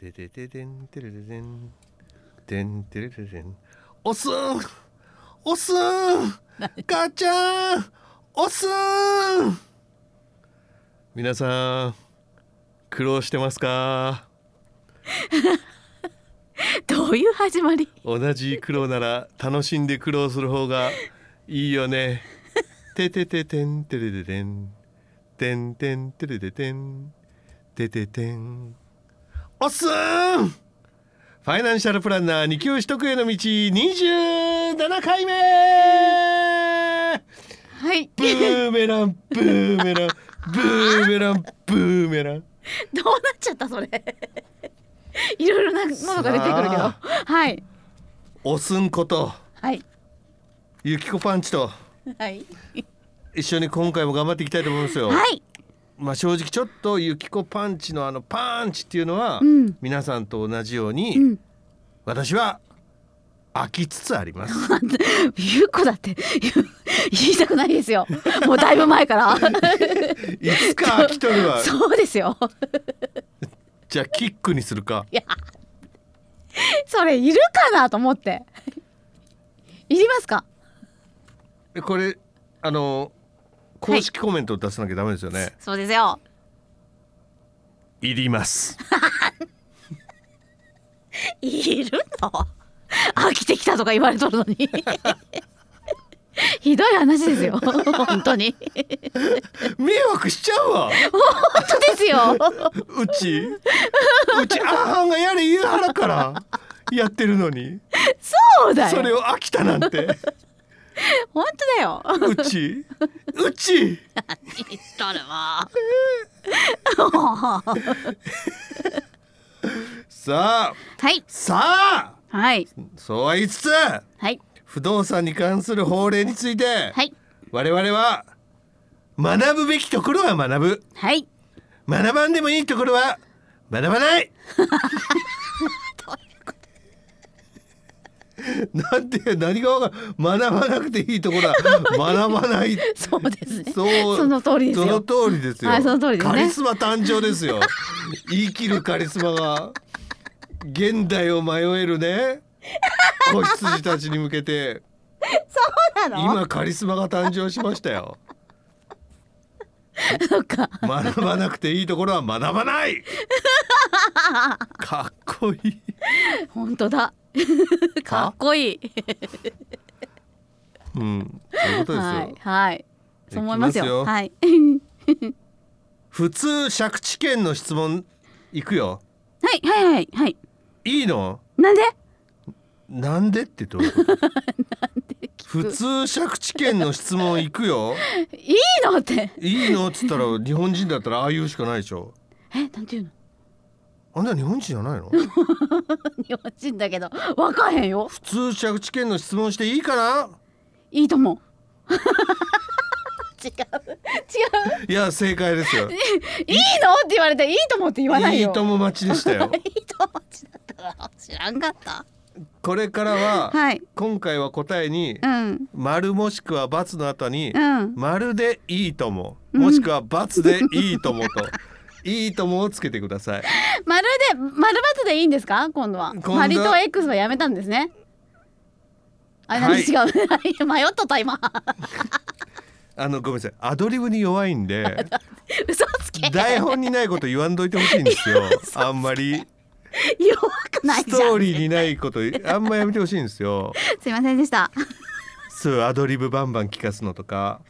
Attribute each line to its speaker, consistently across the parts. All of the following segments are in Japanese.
Speaker 1: ででででんてれででんでんてれででんおすんおすん母ちゃんおすん皆さん苦労してますか
Speaker 2: どういう始まり
Speaker 1: 同じ苦労なら楽しんで苦労する方がいいよね。ててててんてれでてん。てんてんてれでてん。てててん。おっすーんファイナンシャルプランナー二級取得への道27回目
Speaker 2: はい
Speaker 1: ブーメランブーメランブーメランブーメラン
Speaker 2: どうなっちゃったそれ いろいろなものが出てくるけど
Speaker 1: さ
Speaker 2: はい
Speaker 1: 押すんこと
Speaker 2: はい
Speaker 1: ゆきこパンチと
Speaker 2: はい
Speaker 1: 一緒に今回も頑張っていきたいと思いますよ。
Speaker 2: はい
Speaker 1: まあ、正直ちょっとゆきこパンチのあのパンチっていうのは、
Speaker 2: うん
Speaker 1: 皆さんと同じように、
Speaker 2: うん
Speaker 1: 私は飽きつつあります。
Speaker 2: ゆうこだって 言う言いたくないですよもうだいぶ前から
Speaker 1: いつか飽きとるわ。
Speaker 2: そうですよ
Speaker 1: じゃあキックにするか。
Speaker 2: それいるかなと思っていりますか
Speaker 1: でこれあの公式コメントを出さなきゃダメですよね。
Speaker 2: そうですよ
Speaker 1: い、ります。
Speaker 2: いるの飽きてきたとか言われとる のにひどい話ですよ本当に
Speaker 1: 迷惑しちゃうわ。
Speaker 2: 本当ですよ
Speaker 1: うちうちあはんがやれ言うはらからやってるのに、
Speaker 2: そうだよ
Speaker 1: それを飽きたなんて
Speaker 2: 本当だよ
Speaker 1: うちうち。
Speaker 2: 言っと るわ
Speaker 1: さあ
Speaker 2: はい
Speaker 1: さあ
Speaker 2: はい
Speaker 1: そうは言いつつ
Speaker 2: はい
Speaker 1: 不動産に関する法令について、
Speaker 2: はい
Speaker 1: 我々は学ぶべきところは学ぶ
Speaker 2: はい
Speaker 1: 学ばんでもいいところは学ばない なんて何がわかる学ばなくていいところは学ばない
Speaker 2: そうですね
Speaker 1: そう
Speaker 2: その通りです
Speaker 1: その
Speaker 2: よ
Speaker 1: 通りですよ、
Speaker 2: はいその通りですね
Speaker 1: カリスマ誕生です よ言い切るカリスマが現代を迷えるね子羊たちに向けて
Speaker 2: そうなの
Speaker 1: 今カリスマが誕生しましたよ
Speaker 2: そうか
Speaker 1: 学ばなくていいところは学ばないかっこいい
Speaker 2: 本当だかっこいい
Speaker 1: うんそういうことですよ、
Speaker 2: はいはいそう思いますよ
Speaker 1: いきますよ
Speaker 2: はい
Speaker 1: 普通借地権の質問いくよ
Speaker 2: はいはいはいはい
Speaker 1: いいの
Speaker 2: なんで
Speaker 1: なんでってどういうこ と普通借地権の質問いくよ
Speaker 2: いいのって
Speaker 1: いいのっつったら日本人だったらああいうしかないでしょ
Speaker 2: えなんていうの
Speaker 1: あんた日本人じゃないの
Speaker 2: 日本人だけどわかへんよ
Speaker 1: 普通借地権の質問していいかない
Speaker 2: いと思う 違う違
Speaker 1: い
Speaker 2: う
Speaker 1: や正解ですよ
Speaker 2: いいのって言われていいと思って言わない
Speaker 1: い
Speaker 2: よ
Speaker 1: いとも待ちでしたよ
Speaker 2: いいと思ちだったから知らんかった
Speaker 1: これからは、
Speaker 2: はい
Speaker 1: 今回は答えに
Speaker 2: うん
Speaker 1: 丸もしくは×の後に
Speaker 2: うん
Speaker 1: 丸でいいとももしくは×でいいと もといいともをつけてください
Speaker 2: 丸で丸×でいいんですか今度は
Speaker 1: 今度は
Speaker 2: マリと X はやめたんですねあれ、
Speaker 1: はい
Speaker 2: 違うはい 迷っとった今
Speaker 1: あのごめんなさいアドリブに弱いん で
Speaker 2: 嘘つけ
Speaker 1: 台本にないこと言わんといてほしいんです よあんまり
Speaker 2: 弱くない
Speaker 1: ス
Speaker 2: じゃ
Speaker 1: トー
Speaker 2: ん
Speaker 1: リーにないことあんまやめてほしいんですよ
Speaker 2: すいませんでした
Speaker 1: そういうアドリブバンバン聞かすのとか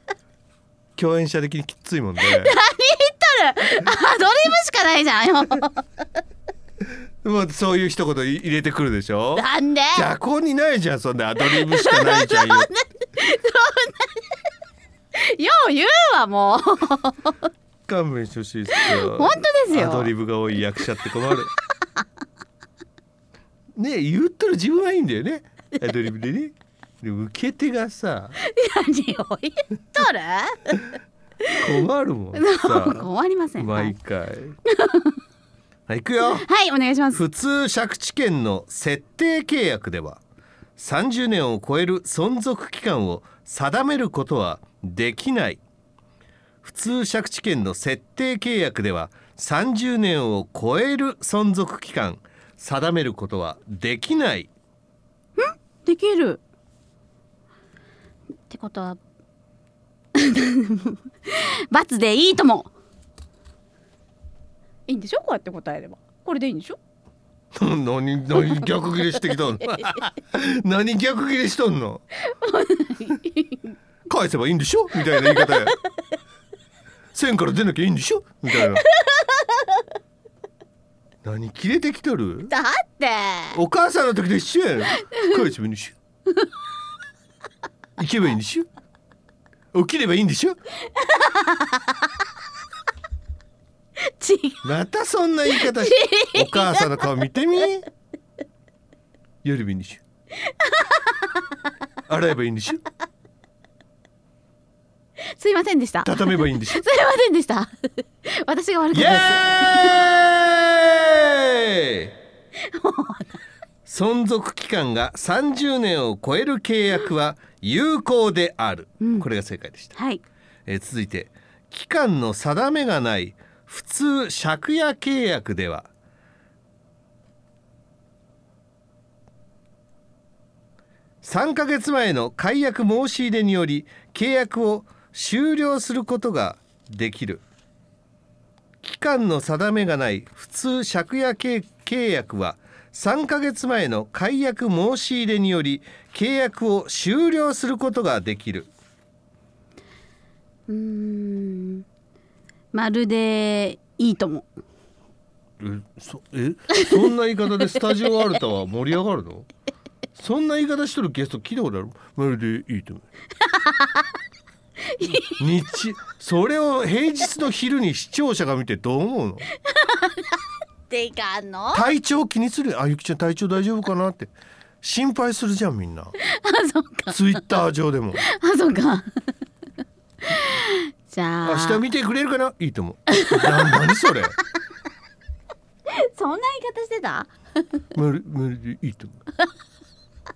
Speaker 1: 共演者的にきついもん で
Speaker 2: アドリブしかないじゃんよ
Speaker 1: もうそういう一言い入れてくるでしょ
Speaker 2: なんで
Speaker 1: じゃこにないじゃんそんなアドリブしかない じゃんよ
Speaker 2: よう言うわもう
Speaker 1: 勘弁してほしいですよ
Speaker 2: 本当ですよ
Speaker 1: アドリブが多い役者って困るねえ言ったら自分はいいんだよねアドリブでねでも受け手がさ
Speaker 2: 何を言っとる
Speaker 1: 困るもん さ
Speaker 2: 困りませんは
Speaker 1: 毎
Speaker 2: い、
Speaker 1: 回 はい行くよ
Speaker 2: はい、お願いします
Speaker 1: 普通借地権の設定契約では30年を超える存続期間を定めることはできない普通借地権の設定契約では30年を超える存続期間定めることはできない
Speaker 2: できるってことは 罰でいいともいいんでしょこうやって答えればこれでいいんでしょ
Speaker 1: 何何逆切れしてきたの何逆切れしとんの返せばいいんでしょみたいな言い方や線から出なきゃいいんでしょみたいな何切れてきとる
Speaker 2: だって
Speaker 1: お母さんの時と一緒やん返せばいいんでしょ行けばいいんでしょ起きればいいんでしょ
Speaker 2: 違う
Speaker 1: またそんな言い方しお母さんの顔見てみ夜日にしよう洗えばいいんでしょ
Speaker 2: すいませんでしたすい
Speaker 1: 畳めばいいんでしょ
Speaker 2: ませんでした私が悪か
Speaker 1: イ
Speaker 2: ったです
Speaker 1: エーイ存続期間が30年を超える契約は有効である、これが正解でした
Speaker 2: はい
Speaker 1: えー続いて期間の定めがない普通借家契約では3ヶ月前の解約申し入れにより契約を終了することができる期間の定めがない普通借家契契約は3ヶ月前の解約申し入れにより契約を終了することができる
Speaker 2: うーんまるでいいとも
Speaker 1: えそえそんな言い方でスタジオアルタ は盛り上がるのそんな言い方しとるゲスト聞いたことあるまるでいい と思う日それを平日の昼に視聴者が見てどう思うの
Speaker 2: ていかんのあ
Speaker 1: 体調気にするあゆきちゃん体調大丈夫かなって心配するじゃんみん な
Speaker 2: そっか
Speaker 1: ツイッター上でも
Speaker 2: あそっかじゃあ
Speaker 1: 明日見てくれるかないいと思う な何そ れ
Speaker 2: そんな言い方してた
Speaker 1: まるまるでいいと思う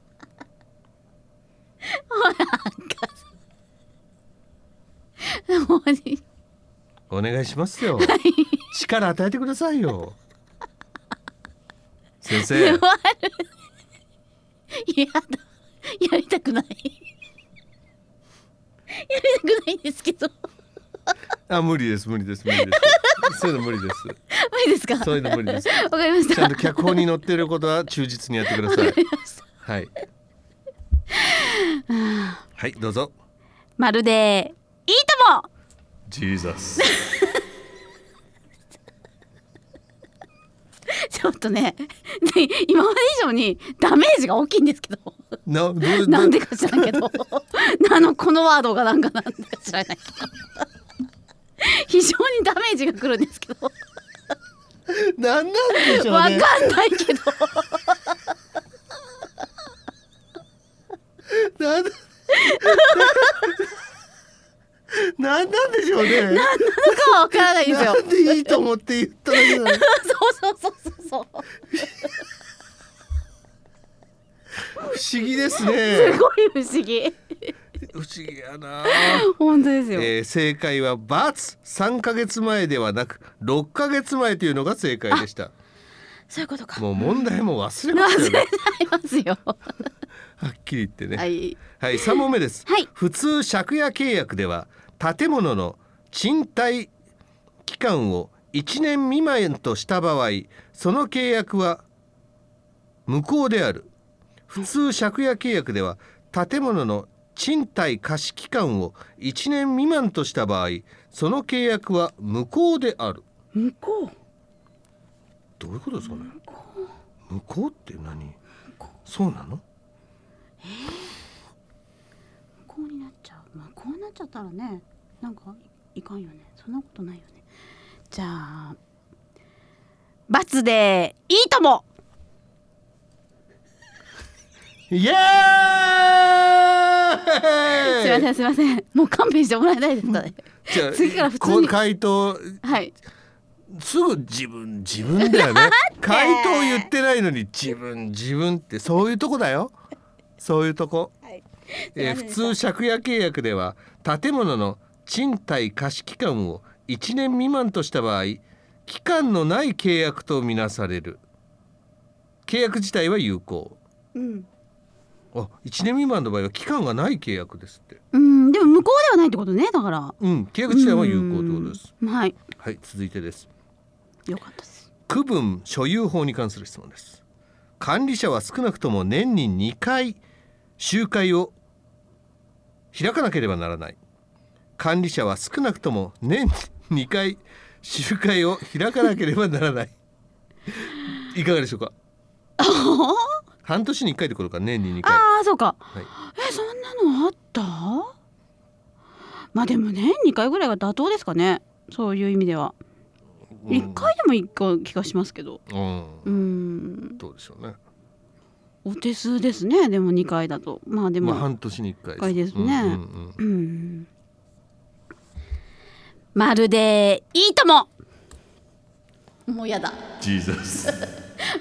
Speaker 2: もういい
Speaker 1: お願いしますよ力与えてくださいよ 先生
Speaker 2: 終わ るやだやりたくないやりたくないんですけど
Speaker 1: あ無理です無理です無理ですそういうの無理です
Speaker 2: 無理ですか
Speaker 1: そういうの無理です
Speaker 2: わかりまし
Speaker 1: ちゃ
Speaker 2: た
Speaker 1: んと脚本に載ってることは忠実にやってください はいはいどうぞ
Speaker 2: まるでいいとも
Speaker 1: ジーザス
Speaker 2: ちょっとねね今まで以上にダメージが大きいんですけど
Speaker 1: などう
Speaker 2: なんでか知らんけどあのこのワードがなんかなんだか知らないけど非常にダメージがくるんですけどわ
Speaker 1: なんなんでしょ
Speaker 2: か
Speaker 1: うんね
Speaker 2: ないけど
Speaker 1: なん なんなんでしょうね
Speaker 2: なんかはわからないですよ
Speaker 1: なんでいいと思って言っただけなの
Speaker 2: そうそうそうそうそう
Speaker 1: 不思議です
Speaker 2: す
Speaker 1: ね
Speaker 2: ごい不思議
Speaker 1: 不思議やな
Speaker 2: 本当ですよ、
Speaker 1: えー正解は×三ヶ月前ではなく六ヶ月前というのが正解でした
Speaker 2: そういうことか
Speaker 1: もう問題も忘れま
Speaker 2: 忘
Speaker 1: し
Speaker 2: れ
Speaker 1: た
Speaker 2: ちゃ
Speaker 1: よね
Speaker 2: いま すよ
Speaker 1: はっきり言ってね
Speaker 2: は
Speaker 1: はい、
Speaker 2: い
Speaker 1: 三問目です、
Speaker 2: はい
Speaker 1: 普通借家契約では建物の賃貸期間を一年未満とした場合その契約は無効である普通借家契約では建物の賃貸貸し期間を一年未満とした場合その契約は無効である
Speaker 2: 向こ
Speaker 1: どういうことですかね。向こうって何。そうなの。
Speaker 2: う向こうになっちゃうまあこうなっちゃったらねなんかいかんよねそんなことないよねじゃあ罰でいいとも
Speaker 1: イエー
Speaker 2: すいませ
Speaker 1: イ。
Speaker 2: んすいませんもう勘弁してもらえないですかね
Speaker 1: じゃあ
Speaker 2: 次から普通に
Speaker 1: こう回答
Speaker 2: はい
Speaker 1: すぐ自分自分 だよね。回答言ってないのに自分自分ってそういうとこだよ。そういうとこ。
Speaker 2: はい
Speaker 1: えー普通借家契約では建物の賃貸貸し期間を1年未満とした場合期間のない契約とみなされる契約自体は有効
Speaker 2: うん、
Speaker 1: あ1年未満の場合は期間がない契約ですって
Speaker 2: うん、でも無効ではないってことねだから
Speaker 1: うん契約自体は有効ということです
Speaker 2: うんはい
Speaker 1: はい続いてです
Speaker 2: よかったです
Speaker 1: 区分所有法に関する質問です管理者は少なくとも年に2回集会を開かなければならない管理者は少なくとも年に2回集会を開かなければなら ないいかがでしょうか半年に1回どころか年に2回、
Speaker 2: ああそうか
Speaker 1: はい、
Speaker 2: えそんなのあったまあでも年2回ぐらいが妥当ですかねそういう意味では、
Speaker 1: うん
Speaker 2: 一1回でも1回気がしますけど
Speaker 1: うん
Speaker 2: うん
Speaker 1: どうでしょうね
Speaker 2: お手数ですねでも2回だとまあでも、
Speaker 1: まあ半年に1回
Speaker 2: 一回ですね
Speaker 1: うんうんうん
Speaker 2: うんまるでいいとももうやだ
Speaker 1: ジーザス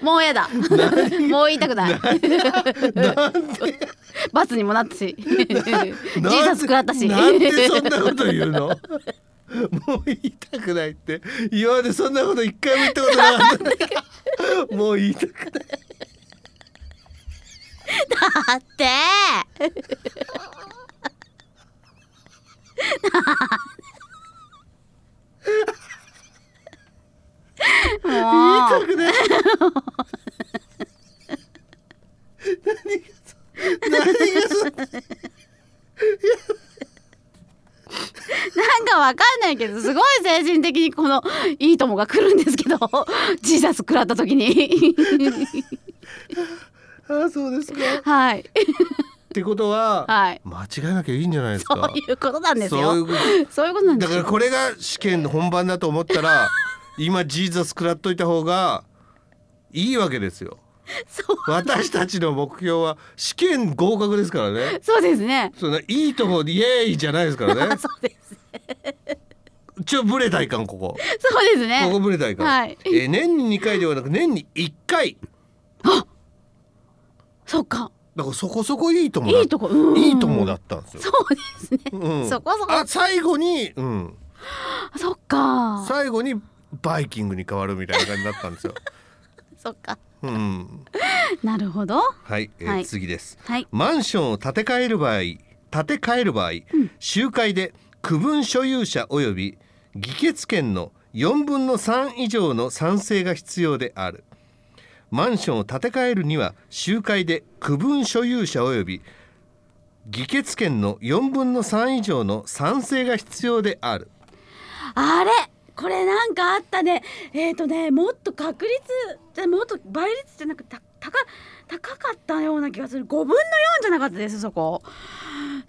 Speaker 2: もうやだもう言いたくない
Speaker 1: なんで
Speaker 2: 罰にもなった し
Speaker 1: なん
Speaker 2: 自殺食らったし
Speaker 1: なんでそんなこと言うのもう言いたくないって今までそんなこと一回も言ったことなかったもう言いたくない
Speaker 2: だって
Speaker 1: 言い
Speaker 2: もう
Speaker 1: たくない何がそ
Speaker 2: なんかわかんないけどすごい精神的にこの「いいとも」が来るんですけど自殺食らった時に
Speaker 1: 何があそうですかっ
Speaker 2: はい
Speaker 1: てことは、
Speaker 2: はい
Speaker 1: 間違えなきゃいいんじゃないです
Speaker 2: そ
Speaker 1: か
Speaker 2: ういうことなんですよ
Speaker 1: そ
Speaker 2: そう
Speaker 1: い
Speaker 2: ういうう
Speaker 1: こ
Speaker 2: ことなんで
Speaker 1: だ
Speaker 2: す
Speaker 1: から
Speaker 2: よ
Speaker 1: これが試験の本番だと思ったら今ジーザス食らっといた方がいいわけですよ
Speaker 2: そう
Speaker 1: 私たちの目標は試験合格ですからね
Speaker 2: そうですね
Speaker 1: そんないいとこイエーイじゃないですからね
Speaker 2: そうです
Speaker 1: ちょブレたいかんここ
Speaker 2: そうです
Speaker 1: ここ
Speaker 2: ね
Speaker 1: ブレたいかん、
Speaker 2: はい
Speaker 1: えー年に2回ではなく年に1回
Speaker 2: そっか
Speaker 1: だからそこそこいいともだ
Speaker 2: いいとこうん
Speaker 1: いいともだったんですよ
Speaker 2: そうですね
Speaker 1: うん
Speaker 2: そこそこ
Speaker 1: あ最後に、うん、
Speaker 2: そっか
Speaker 1: 最後にバイキングに変わるみたいな感じだったんですよ、
Speaker 2: そっか
Speaker 1: うん、
Speaker 2: なるほど
Speaker 1: はい、えー
Speaker 2: はい
Speaker 1: 次です
Speaker 2: はい
Speaker 1: マンションを建て替える場合建て替える場合、集会で区分所有者及び議決権の4分の3以上の賛成が必要であるマンションを建て替えるには集会で区分所有者及び議決権の4分の3以上の賛成が必要である
Speaker 2: あれこれなんかあったねえっ、ー、とねもっと確率じゃもっと倍率じゃなくた高高かったような気がする5分の4じゃなかったですそこ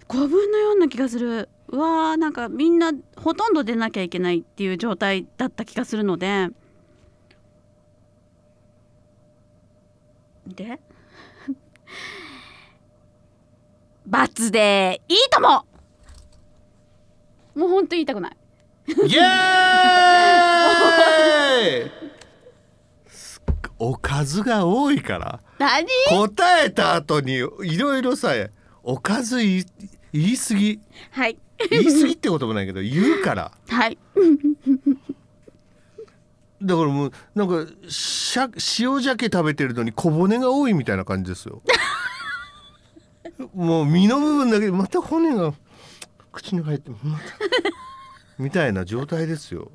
Speaker 2: 5分の4な気がするうわーなんかみんなほとんど出なきゃいけないっていう状態だった気がするのでで 罰でいいとももうほんと言いたくない
Speaker 1: イエーイ すっおかずが多いから
Speaker 2: 何
Speaker 1: 答えた後にいろいろさおかず言い言い過ぎ
Speaker 2: はい
Speaker 1: 言い過ぎってことも ないけど言うから
Speaker 2: はい
Speaker 1: だからもうなんかしゃ塩鮭食べてるのに小骨が多いみたいな感じ ですよもう身の部分だけまた骨が口に入ってまたみたいな状態ですよ、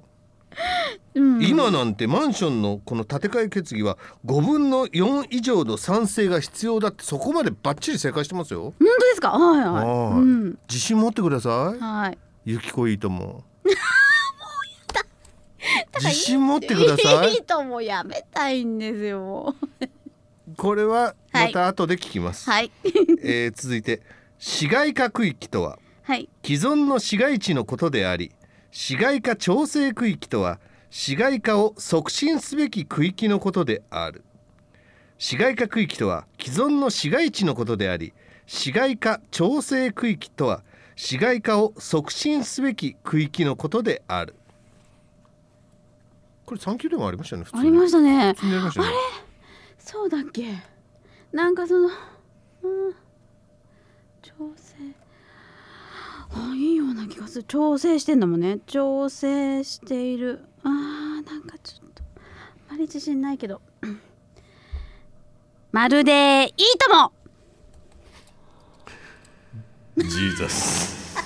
Speaker 2: うん
Speaker 1: 今なんてマンションのこの建て替え決議は5分の4以上の賛成が必要だってそこまでバッチリ正解してますよ、
Speaker 2: 本当ですかはいはい
Speaker 1: は
Speaker 2: う
Speaker 1: い
Speaker 2: ん
Speaker 1: 自信持ってください
Speaker 2: はい
Speaker 1: ゆきこいいと も。自信持ってくださ
Speaker 2: い
Speaker 1: い。
Speaker 2: いともやめたいんですよもう
Speaker 1: これは
Speaker 2: は
Speaker 1: ま
Speaker 2: い
Speaker 1: た後で聞きます。
Speaker 2: はい
Speaker 1: えー続いて市街化区域とは
Speaker 2: はい
Speaker 1: 既存の市街地のことであり、市街化調整区域とは市街化を促進すべき区域のことである。市街化区域とは既存の市街地のことであり、市街化調整区域とは市街化を促進すべき区域のことである。これ三級でもありましたよね。普通
Speaker 2: あ
Speaker 1: に
Speaker 2: りましたね
Speaker 1: 気になりましたね。
Speaker 2: そうだっけなんかそのうん調整あいいような気がする調整してんだもんね調整しているあーなんかちょっとあまり自信ないけどうんまるでいいとも
Speaker 1: ジーザス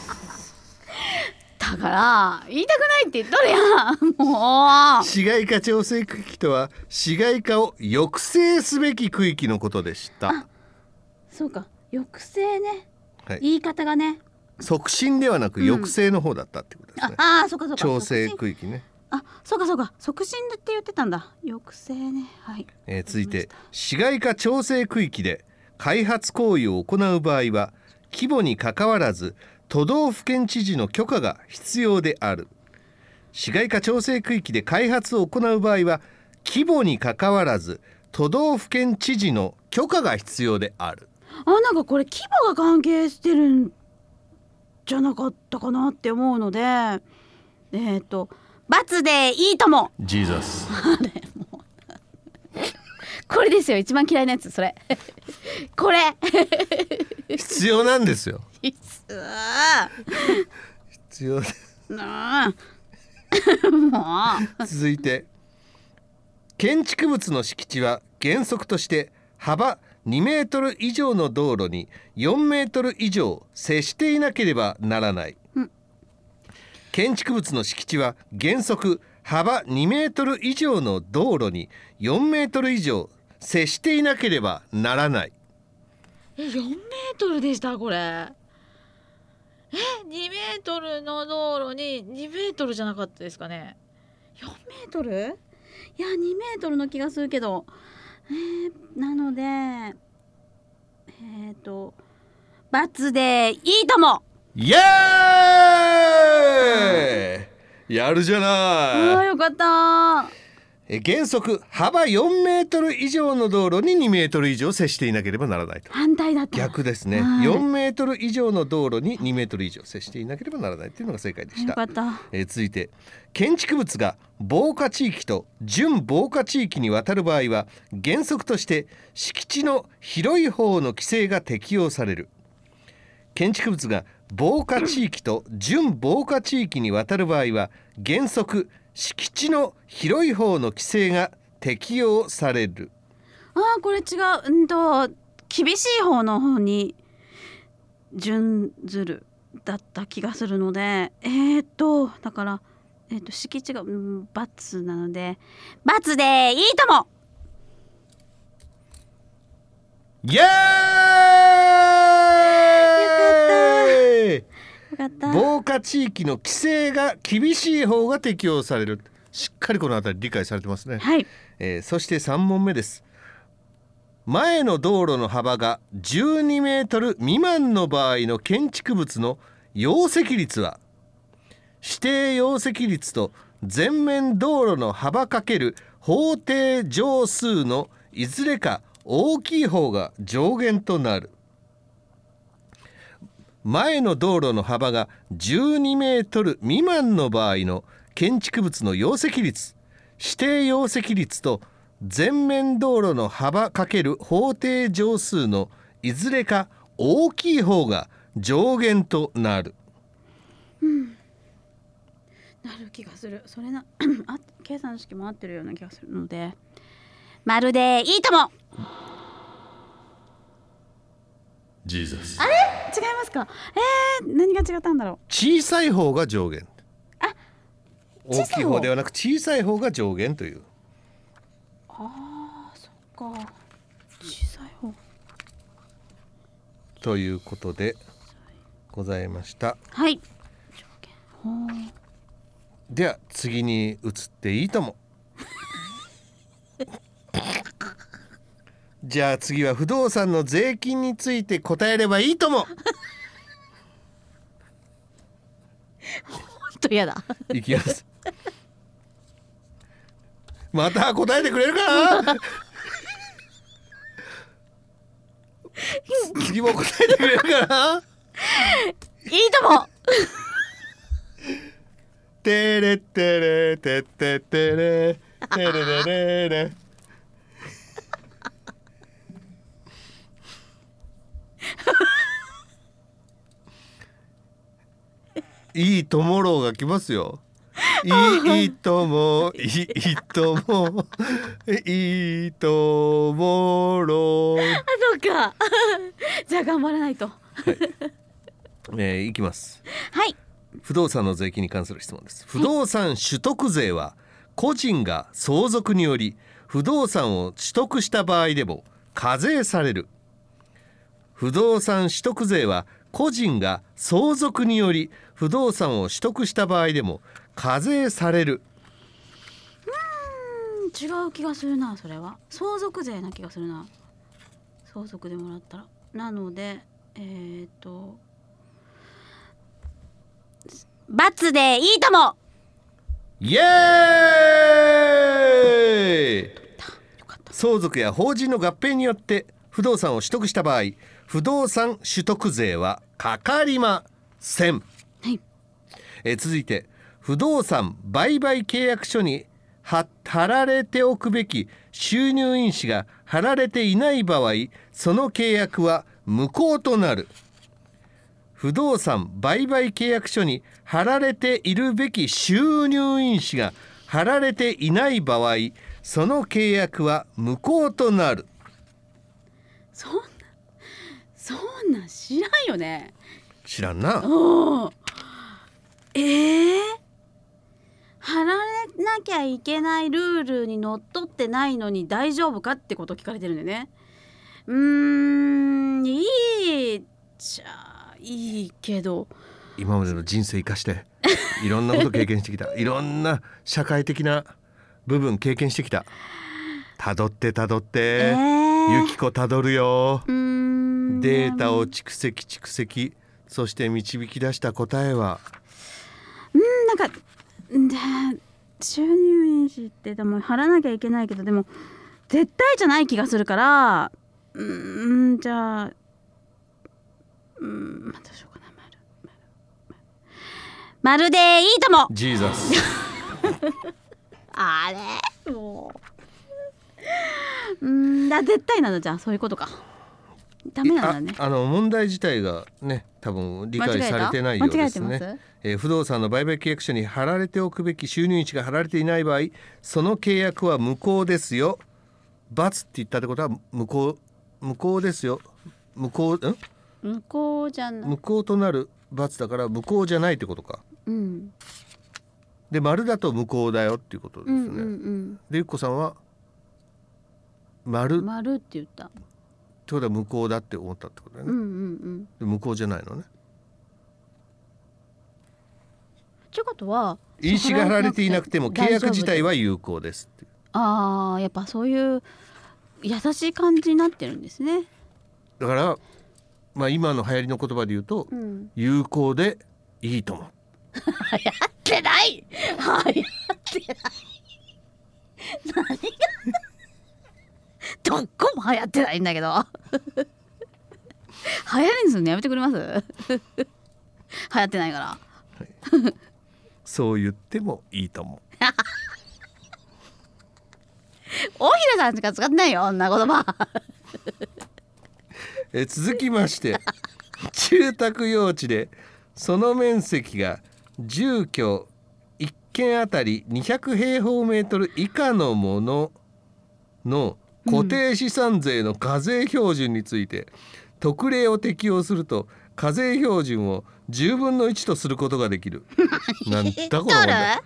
Speaker 2: だから言いたくないって言っとるやんもう
Speaker 1: 市街化調整区域とは市街化を抑制すべき区域のことでした、
Speaker 2: そうか抑制ね
Speaker 1: はい、
Speaker 2: 言い方がね
Speaker 1: 促進ではなく
Speaker 2: うん
Speaker 1: 抑制の方だったってことです
Speaker 2: あ
Speaker 1: ね、
Speaker 2: あーそうかそうか
Speaker 1: 調整
Speaker 2: 促進
Speaker 1: 区域ね、
Speaker 2: あそうかそうか促進って言ってたんだ抑制ねはい
Speaker 1: えー続いて市街化調整区域で開発行為を行う場合は規模にかかわらず都道府県知事の許可が必要である市街化調整区域で開発を行う場合は規模にかかわらず都道府県知事の許可が必要である
Speaker 2: あなんかこれ規模が関係してるんじゃなかったかなって思うのでえっ、と「罰でいいとも
Speaker 1: ジーザス」
Speaker 2: これですよ一番嫌いなやつそれ これ
Speaker 1: 必要なんですよ
Speaker 2: いつあ
Speaker 1: 必要
Speaker 2: なあ もう
Speaker 1: 続いて建築物の敷地は原則として幅2メートル以上の道路に4メートル以上接していなければならない、
Speaker 2: うん
Speaker 1: 建築物の敷地は原則幅2メートル以上の道路に4メートル以上接していなければならない
Speaker 2: え4メートルでしたこれえ
Speaker 3: 2メートルの道路に2メートルじゃなかったですかね
Speaker 2: 4メートルいや2メートルの気がするけど、えー、なのでえっ、ー、と「罰でいいとも」
Speaker 1: イエーイやるじゃない
Speaker 2: ああよかった
Speaker 1: えー原則幅4メートル以上の道路に2メートル以上接していなければならないと
Speaker 2: 反対だった
Speaker 1: 逆ですね
Speaker 2: はい
Speaker 1: 4メートル以上の道路に2メートル以上接していなければならないというのが正解でし
Speaker 2: よか
Speaker 1: た
Speaker 2: っ、た
Speaker 1: えー続いて建築物が防火地域と準防火地域に渡る場合は原則として敷地の広い方の規制が適用される建築物が防火地域と準防火地域に渡る場合は原則敷地の広い方の規制が適用される
Speaker 2: ああこれ違ううんと厳しい方の方に準ずるだった気がするのでえっ、ー、とだからえっ、と敷地が、うん、罰なので罰でいいとも
Speaker 1: イエーイ
Speaker 2: よかった
Speaker 1: 防火地域の規制が厳しい方が適用されるしっかりこのあたり理解されてますね、
Speaker 2: はい
Speaker 1: えーそして3問目です前の道路の幅が12メートル未満の場合の建築物の容積率は指定容積率と全面道路の幅かける法定乗数のいずれか大きい方が上限となる前の道路の幅が12メートル未満の場合の建築物の容積率指定容積率と全面道路の幅×法定乗数のいずれか大きい方が上限となる
Speaker 2: なる気がするそれな あ計算式も合ってるような気がするのでまるでいいとも
Speaker 1: ジーザス
Speaker 2: 違いますかえー、何が違ったんだろ
Speaker 1: 小さい方が上限大
Speaker 2: 小さ
Speaker 1: き
Speaker 2: い
Speaker 1: い
Speaker 2: 方
Speaker 1: 方ではなく小さい方が上限という
Speaker 2: うあーそっか小さい方
Speaker 1: ということでございました
Speaker 2: はい条件ほー
Speaker 1: では次に移っていいとも じゃあ次は不動産の税金について答えればいいとも
Speaker 2: ほんと嫌 だ
Speaker 1: いきますまた答えてくれるかな次も答えてくれるかない
Speaker 2: いとも
Speaker 1: てれてれてっててれてれれれれいいトモローが来ますよ。いいいいともいいともいいともろー。
Speaker 2: あそうか じゃあ頑張らないとは
Speaker 1: えー、いきます。
Speaker 2: い
Speaker 1: 不動産の税金に関する質問です不動産取得税は個人が相続により不動産を取得した場合でも課税される不動産取得税は個人が相続により不動産を取得した場合でも課税される
Speaker 2: うん違う気がするなそれは相続税な気がするな相続でもらったらなのでえー、っと罰でいいとも
Speaker 1: イエーイ
Speaker 2: よかった
Speaker 1: 相続や法人の合併によって不動産を取得した場合不動産取得税はかかりません、
Speaker 2: はい
Speaker 1: えー続いて不動産売買契約書には貼られておくべき収入印紙が貼られていない場合その契約は無効となる不動産売買契約書に貼られているべき収入印紙が貼られていない場合その契約は無効となる
Speaker 2: そんなそんなん知らんよね
Speaker 1: 知らんな
Speaker 2: おおええ貼られなきゃいけないルールにのっとってないのに大丈夫かってこと聞かれてるんでねうーんいいっちゃいいけど
Speaker 1: 今までの人生生かしていろんなこと経験してきたいろんな社会的な部分経験してきたたどってたどって、
Speaker 2: え
Speaker 1: ゆ
Speaker 2: ー、
Speaker 1: きこたどるよ
Speaker 2: うーん
Speaker 1: データ
Speaker 2: う
Speaker 1: を
Speaker 2: ん
Speaker 1: 蓄積蓄積そして導き出した答えは
Speaker 2: なんかで収入印紙ってでも貼らなきゃいけないけどでも絶対じゃない気がするからうーんじゃあうーんまあどうしようかな丸丸丸丸でいいとも
Speaker 1: ジーザス
Speaker 2: あれもううーんだ絶対なのじゃあそういうことかダメなんだね
Speaker 1: ああの問題自体がね多分理解されてないようです
Speaker 2: 間違え
Speaker 1: ね
Speaker 2: てます
Speaker 1: えー不動産の売買契約書に貼られておくべき収入印が貼られていない場合その契約は無効ですよ罰って言ったってことは無効無効ですよ無効ん
Speaker 2: 向こうじゃない
Speaker 1: 無効となる罰だから無効じゃないってことか
Speaker 2: うん
Speaker 1: で丸だと無効だよっていうことで
Speaker 2: う
Speaker 1: す
Speaker 2: ん
Speaker 1: ね、
Speaker 2: うん
Speaker 1: でゆっこさんは
Speaker 2: う
Speaker 1: 丸っ
Speaker 2: ん
Speaker 1: て
Speaker 2: 丸って言った
Speaker 1: ことは無効だって思ったってことだよ
Speaker 2: うんう
Speaker 1: ね、
Speaker 2: んうん
Speaker 1: で無効じゃないのね
Speaker 2: ってことは
Speaker 1: 印紙が貼られていなくても契約自体
Speaker 2: は
Speaker 1: は有効ですって
Speaker 2: あーやっぱそういう優しい感じになってるんですね、
Speaker 1: だからまあ今の流行りの言葉で言うと
Speaker 2: うん、
Speaker 1: 有効でいいと思う
Speaker 2: ってない はやってない何が どこも流行ってないんだけど 流行りにするのやめてくれます 流行ってないから
Speaker 1: そう言ってもいいと思う
Speaker 2: 大平さんしか使ってないよそん な言葉
Speaker 1: え続きまして住宅用地でその面積が住居1軒あたり200平方メートル以下のものの固定資産税の課税標準について、特例を適用すると課税標準を10分の1とすることができるなんだこの問題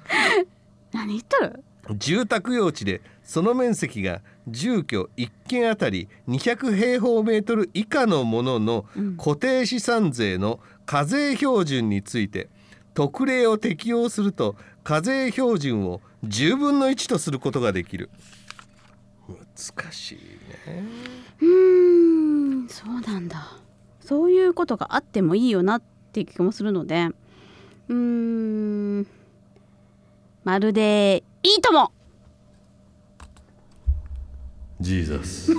Speaker 2: 何言っとる
Speaker 1: 住宅用地でその面積が住居1軒あたり200平方メートル以下のものの
Speaker 2: うん
Speaker 1: 固定資産税の課税標準について特例を適用すると課税標準を10分の1とすることができる難しいね
Speaker 2: うーんそうなんだそういうことがあってもいいよなって気もするのでうーんまるでいいとも
Speaker 1: ジーザス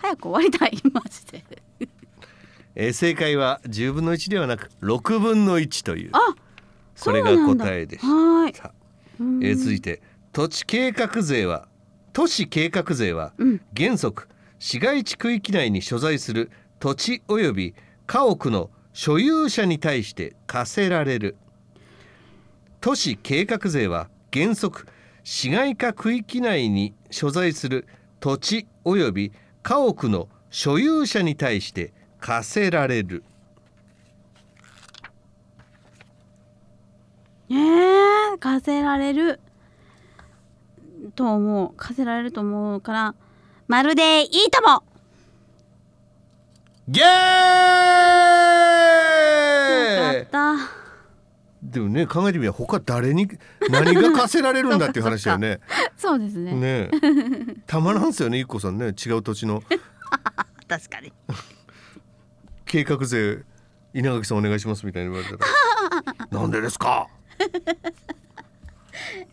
Speaker 2: 早く終わりたいマジで
Speaker 1: えー正解は10分の1ではなく6分の1という
Speaker 2: あ
Speaker 1: これが
Speaker 2: そうなんだ
Speaker 1: 答えでし
Speaker 2: はーい
Speaker 1: た。
Speaker 2: うーん
Speaker 1: えー続いて土地計画税は都市計画税は
Speaker 2: うん
Speaker 1: 原則市街地区域内に所在する土地及び家屋の所有者に対して課せられる都市計画税は原則市街化区域内に所在する土地及び家屋の所有者に対して課せられる
Speaker 2: えー、課せられると思う課せられると思うからまるでいいとも
Speaker 1: ゲー
Speaker 2: よかっ
Speaker 1: でもね考えてみれば他誰に何が課せられるんだっていう話だよね。
Speaker 2: た そうですね
Speaker 1: ねえたまらんすよね一個さんね違う土地の
Speaker 2: 確かに
Speaker 1: 計画税稲垣さんお願いしますみたいに言われた らなんでですか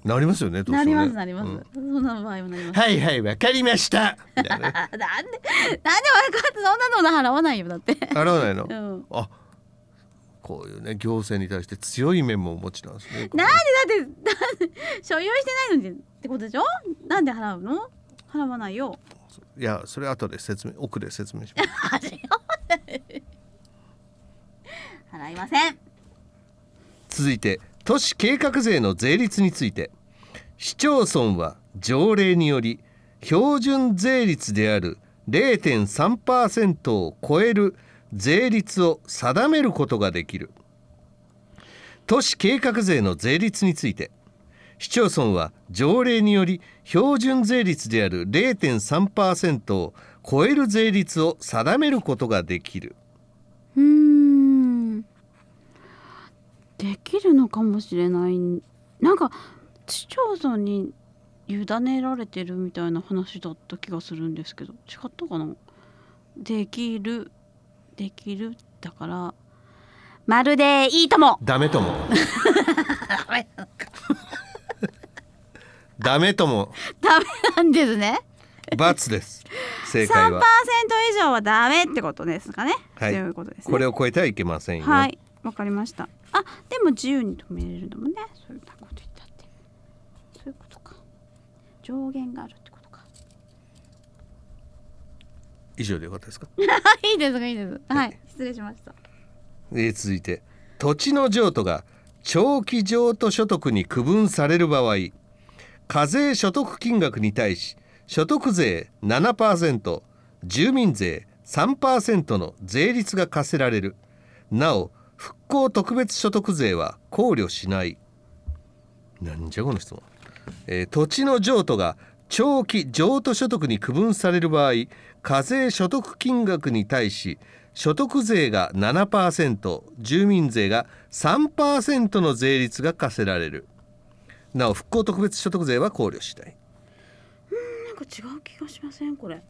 Speaker 1: なりますよねどうしてもね
Speaker 2: なりますなります、
Speaker 1: うん
Speaker 2: そんな場合もなります
Speaker 1: はいはいわかりましたみたいなね
Speaker 2: あ なんでなんで分かってそんなの払わないよだって
Speaker 1: 払わないの
Speaker 2: うん
Speaker 1: あこういうね行政に対して強い面もお持ちなんですね
Speaker 2: なんでだってだって 所有してないのにってことでしょなんで払うの払わないよ
Speaker 1: いやそれ後で説明奥で説明します
Speaker 2: 払いません
Speaker 1: 続いて都市計画税の税率について市町村は条例により標準税率である0.3%を超える税率を定めることができる都市計画税の税率について市町村は条例により標準税率である0.3%を超える税率を定めることができる
Speaker 2: うーんできるのかもしれないなんか市町村に委ねられてるみたいな話だった気がするんですけど違ったかなできるできるだからまるでいいとも
Speaker 1: ダメともダメとも
Speaker 2: ダメなんですね
Speaker 1: ×です正解
Speaker 2: 3%
Speaker 1: は
Speaker 2: 以上はダメってことですかね、
Speaker 1: はい
Speaker 2: ということですね
Speaker 1: これを超えてはいけませんよ、
Speaker 2: はいわかりましたあでも自由に止めれるのもねそういうこと言ったってそういうことか上限があるってことか
Speaker 1: 以上でよかったですか、
Speaker 2: いいですいいです
Speaker 1: は
Speaker 2: はいい失礼しました
Speaker 1: えー続いて土地の譲渡が長期譲渡所得に区分される場合課税所得金額に対し所得税7%住民税3%の税率が課せられるなお復興特別所得税は考慮しないなんじゃこの質問、えー土地の譲渡が長期譲渡所得に区分される場合課税所得金額に対し所得税が7%住民税が3%の税率が課せられるなお復興特別所得税は考慮しない
Speaker 2: なんか違う気がしませんこれ違う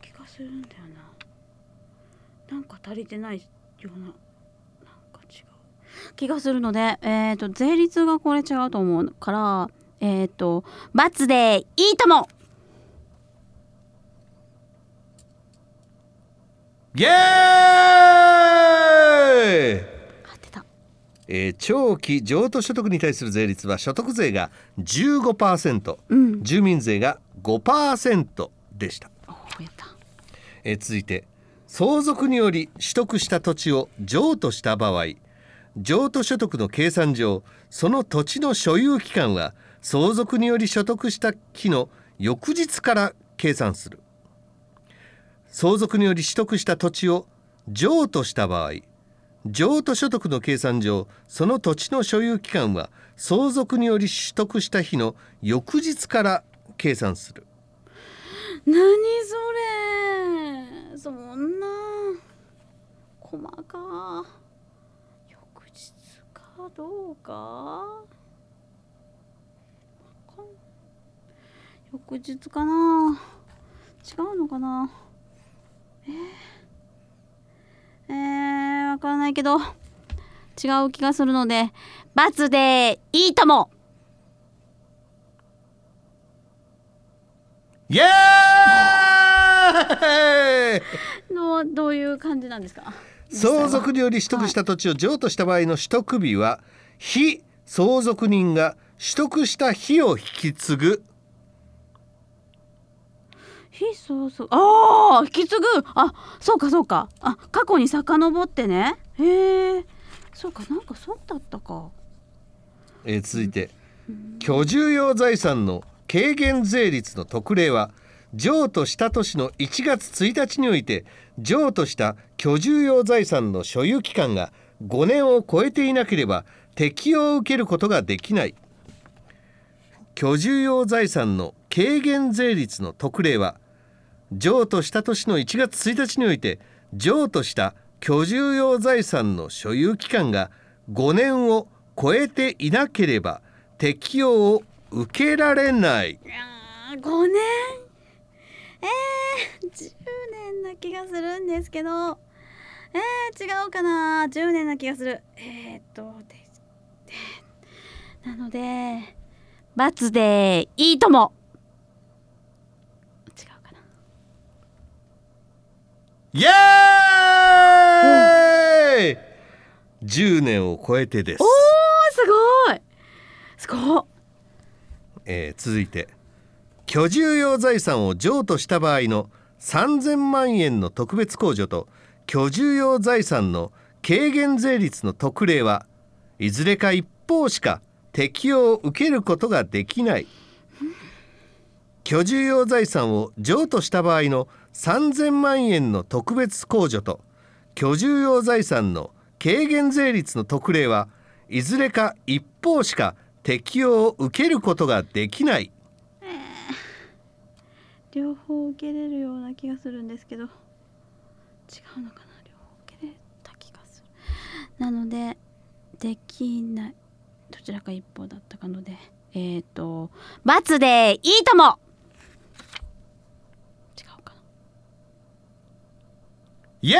Speaker 2: 気がするんだよななんか足りてないようななんか違う気がするのでえっ、と税率がこれ違うと思うからえっ、と罰でいいとも
Speaker 1: イエーイ
Speaker 2: 合ってた
Speaker 1: えー長期譲渡所得に対する税率は所得税が15%、
Speaker 2: うん
Speaker 1: 住民税が5%でした、
Speaker 2: おーやった
Speaker 1: えー続いて相続により取得した土地を譲渡した場合譲渡所得の計算上その土地の所有期間は相続により所得した日の翌日から計算する相続により取得した土地を譲渡した場合譲渡所得の計算上その土地の所有期間は相続により取得した日の翌日から計算する
Speaker 2: 何それそんな細か翌日かどうかわかん翌日かな違うのかなえー、えー、わからないけど違う気がするので罰でいいとも
Speaker 1: イエーイ
Speaker 2: のどういう感じなんですか
Speaker 1: 相続により取得した土地を譲渡した場合の取得日は非相続人が取得した日を引き継ぐ
Speaker 2: 非そうそうああ引き継ぐあそうかそうかあ過去に遡ってねへえそうかなんかそうだったか
Speaker 1: えー続いて居住用財産の軽減税率の特例は譲渡した年の1月1日において譲渡した居住用財産の所有期間が5年を超えていなければ適用を受けることができない居住用財産の軽減税率の特例は譲渡した年の1月1日において譲渡した居住用財産の所有期間が5年を超えていなければ適用を受けられない
Speaker 2: あー5年えー、10年な気がするんですけどえー、違うかな10年な気がするえー、っとででなので×でいいとも違うかな
Speaker 1: イエーイ、10年を超えてです、
Speaker 2: おーすごいすごっ
Speaker 1: えー続いて居住用財産を譲渡した場合の3000万円の特別控除と居住用財産の軽減税率の特例はいずれか一方しか適用を受けることができない居住用財産を譲渡した場合の3000万円の特別控除と居住用財産の軽減税率の特例はいずれか一方しか適用を受けることができない
Speaker 2: 両方受けれるような気がするんですけど違うのかな両方受けれた気がするなのでできないどちらか一方だったかのでえっ、ー、と「×でいいとも」違うかな
Speaker 1: イエ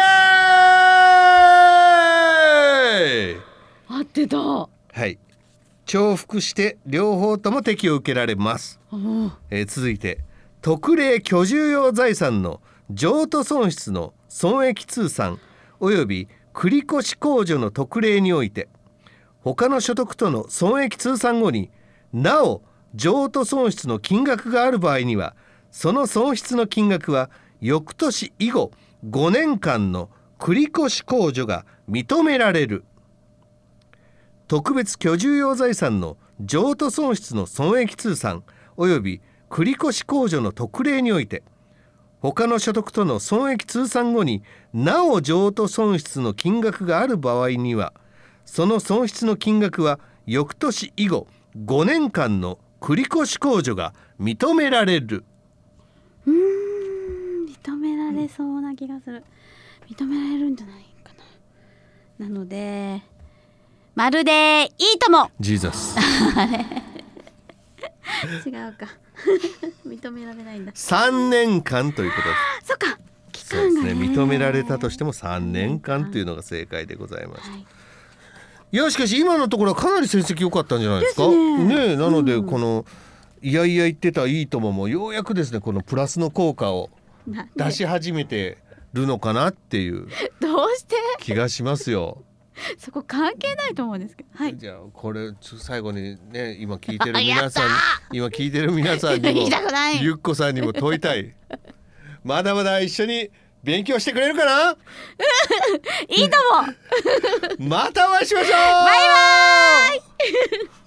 Speaker 1: ーイ
Speaker 2: 合ってたお
Speaker 1: はい重複して両方とも適用を受けられます、
Speaker 2: お
Speaker 1: えー続いて特例居住用財産の譲渡損失の損益通算および繰越控除の特例において他の所得との損益通算後になお譲渡損失の金額がある場合にはその損失の金額は翌年以後5年間の繰越控除が認められる特別居住用財産の譲渡損失の損益通算及び繰越控除の特例において他の所得との損益通算後になお譲渡損失の金額がある場合にはその損失の金額は翌年以後5年間の繰越控除が認められる
Speaker 2: うーん認められそうな気がする認められるんじゃないかななので「まるでいいとも」
Speaker 1: ジーザス
Speaker 2: 違うか 認められないんだ
Speaker 1: 3年間ということです
Speaker 2: そっか期
Speaker 1: そうです
Speaker 2: 間が
Speaker 1: ね
Speaker 2: ね
Speaker 1: 認められたとして
Speaker 2: も、
Speaker 1: も3年間というのが正解でございました
Speaker 2: はい、
Speaker 1: いやしかし今のところはかなり成績良かったんじゃないですか。
Speaker 2: ですね
Speaker 1: えなのでこの、いやいや言ってたいいとももようやくですねこのプラスの効果を
Speaker 2: なんで
Speaker 1: 出し始めてるのかなっていう
Speaker 2: どうして
Speaker 1: 気がしますよ。
Speaker 2: そこ関係ないと思うんですけどはい
Speaker 1: じゃあこれちょ最後にね今聞いてる皆 さん今聞いてる皆さんに
Speaker 2: 言
Speaker 1: も
Speaker 2: いたくない
Speaker 1: ゆっこさんにも問いたい。まだまだ一緒に勉強してくれるかな。
Speaker 2: いいとも
Speaker 1: またお会いしましょう。バイバイ。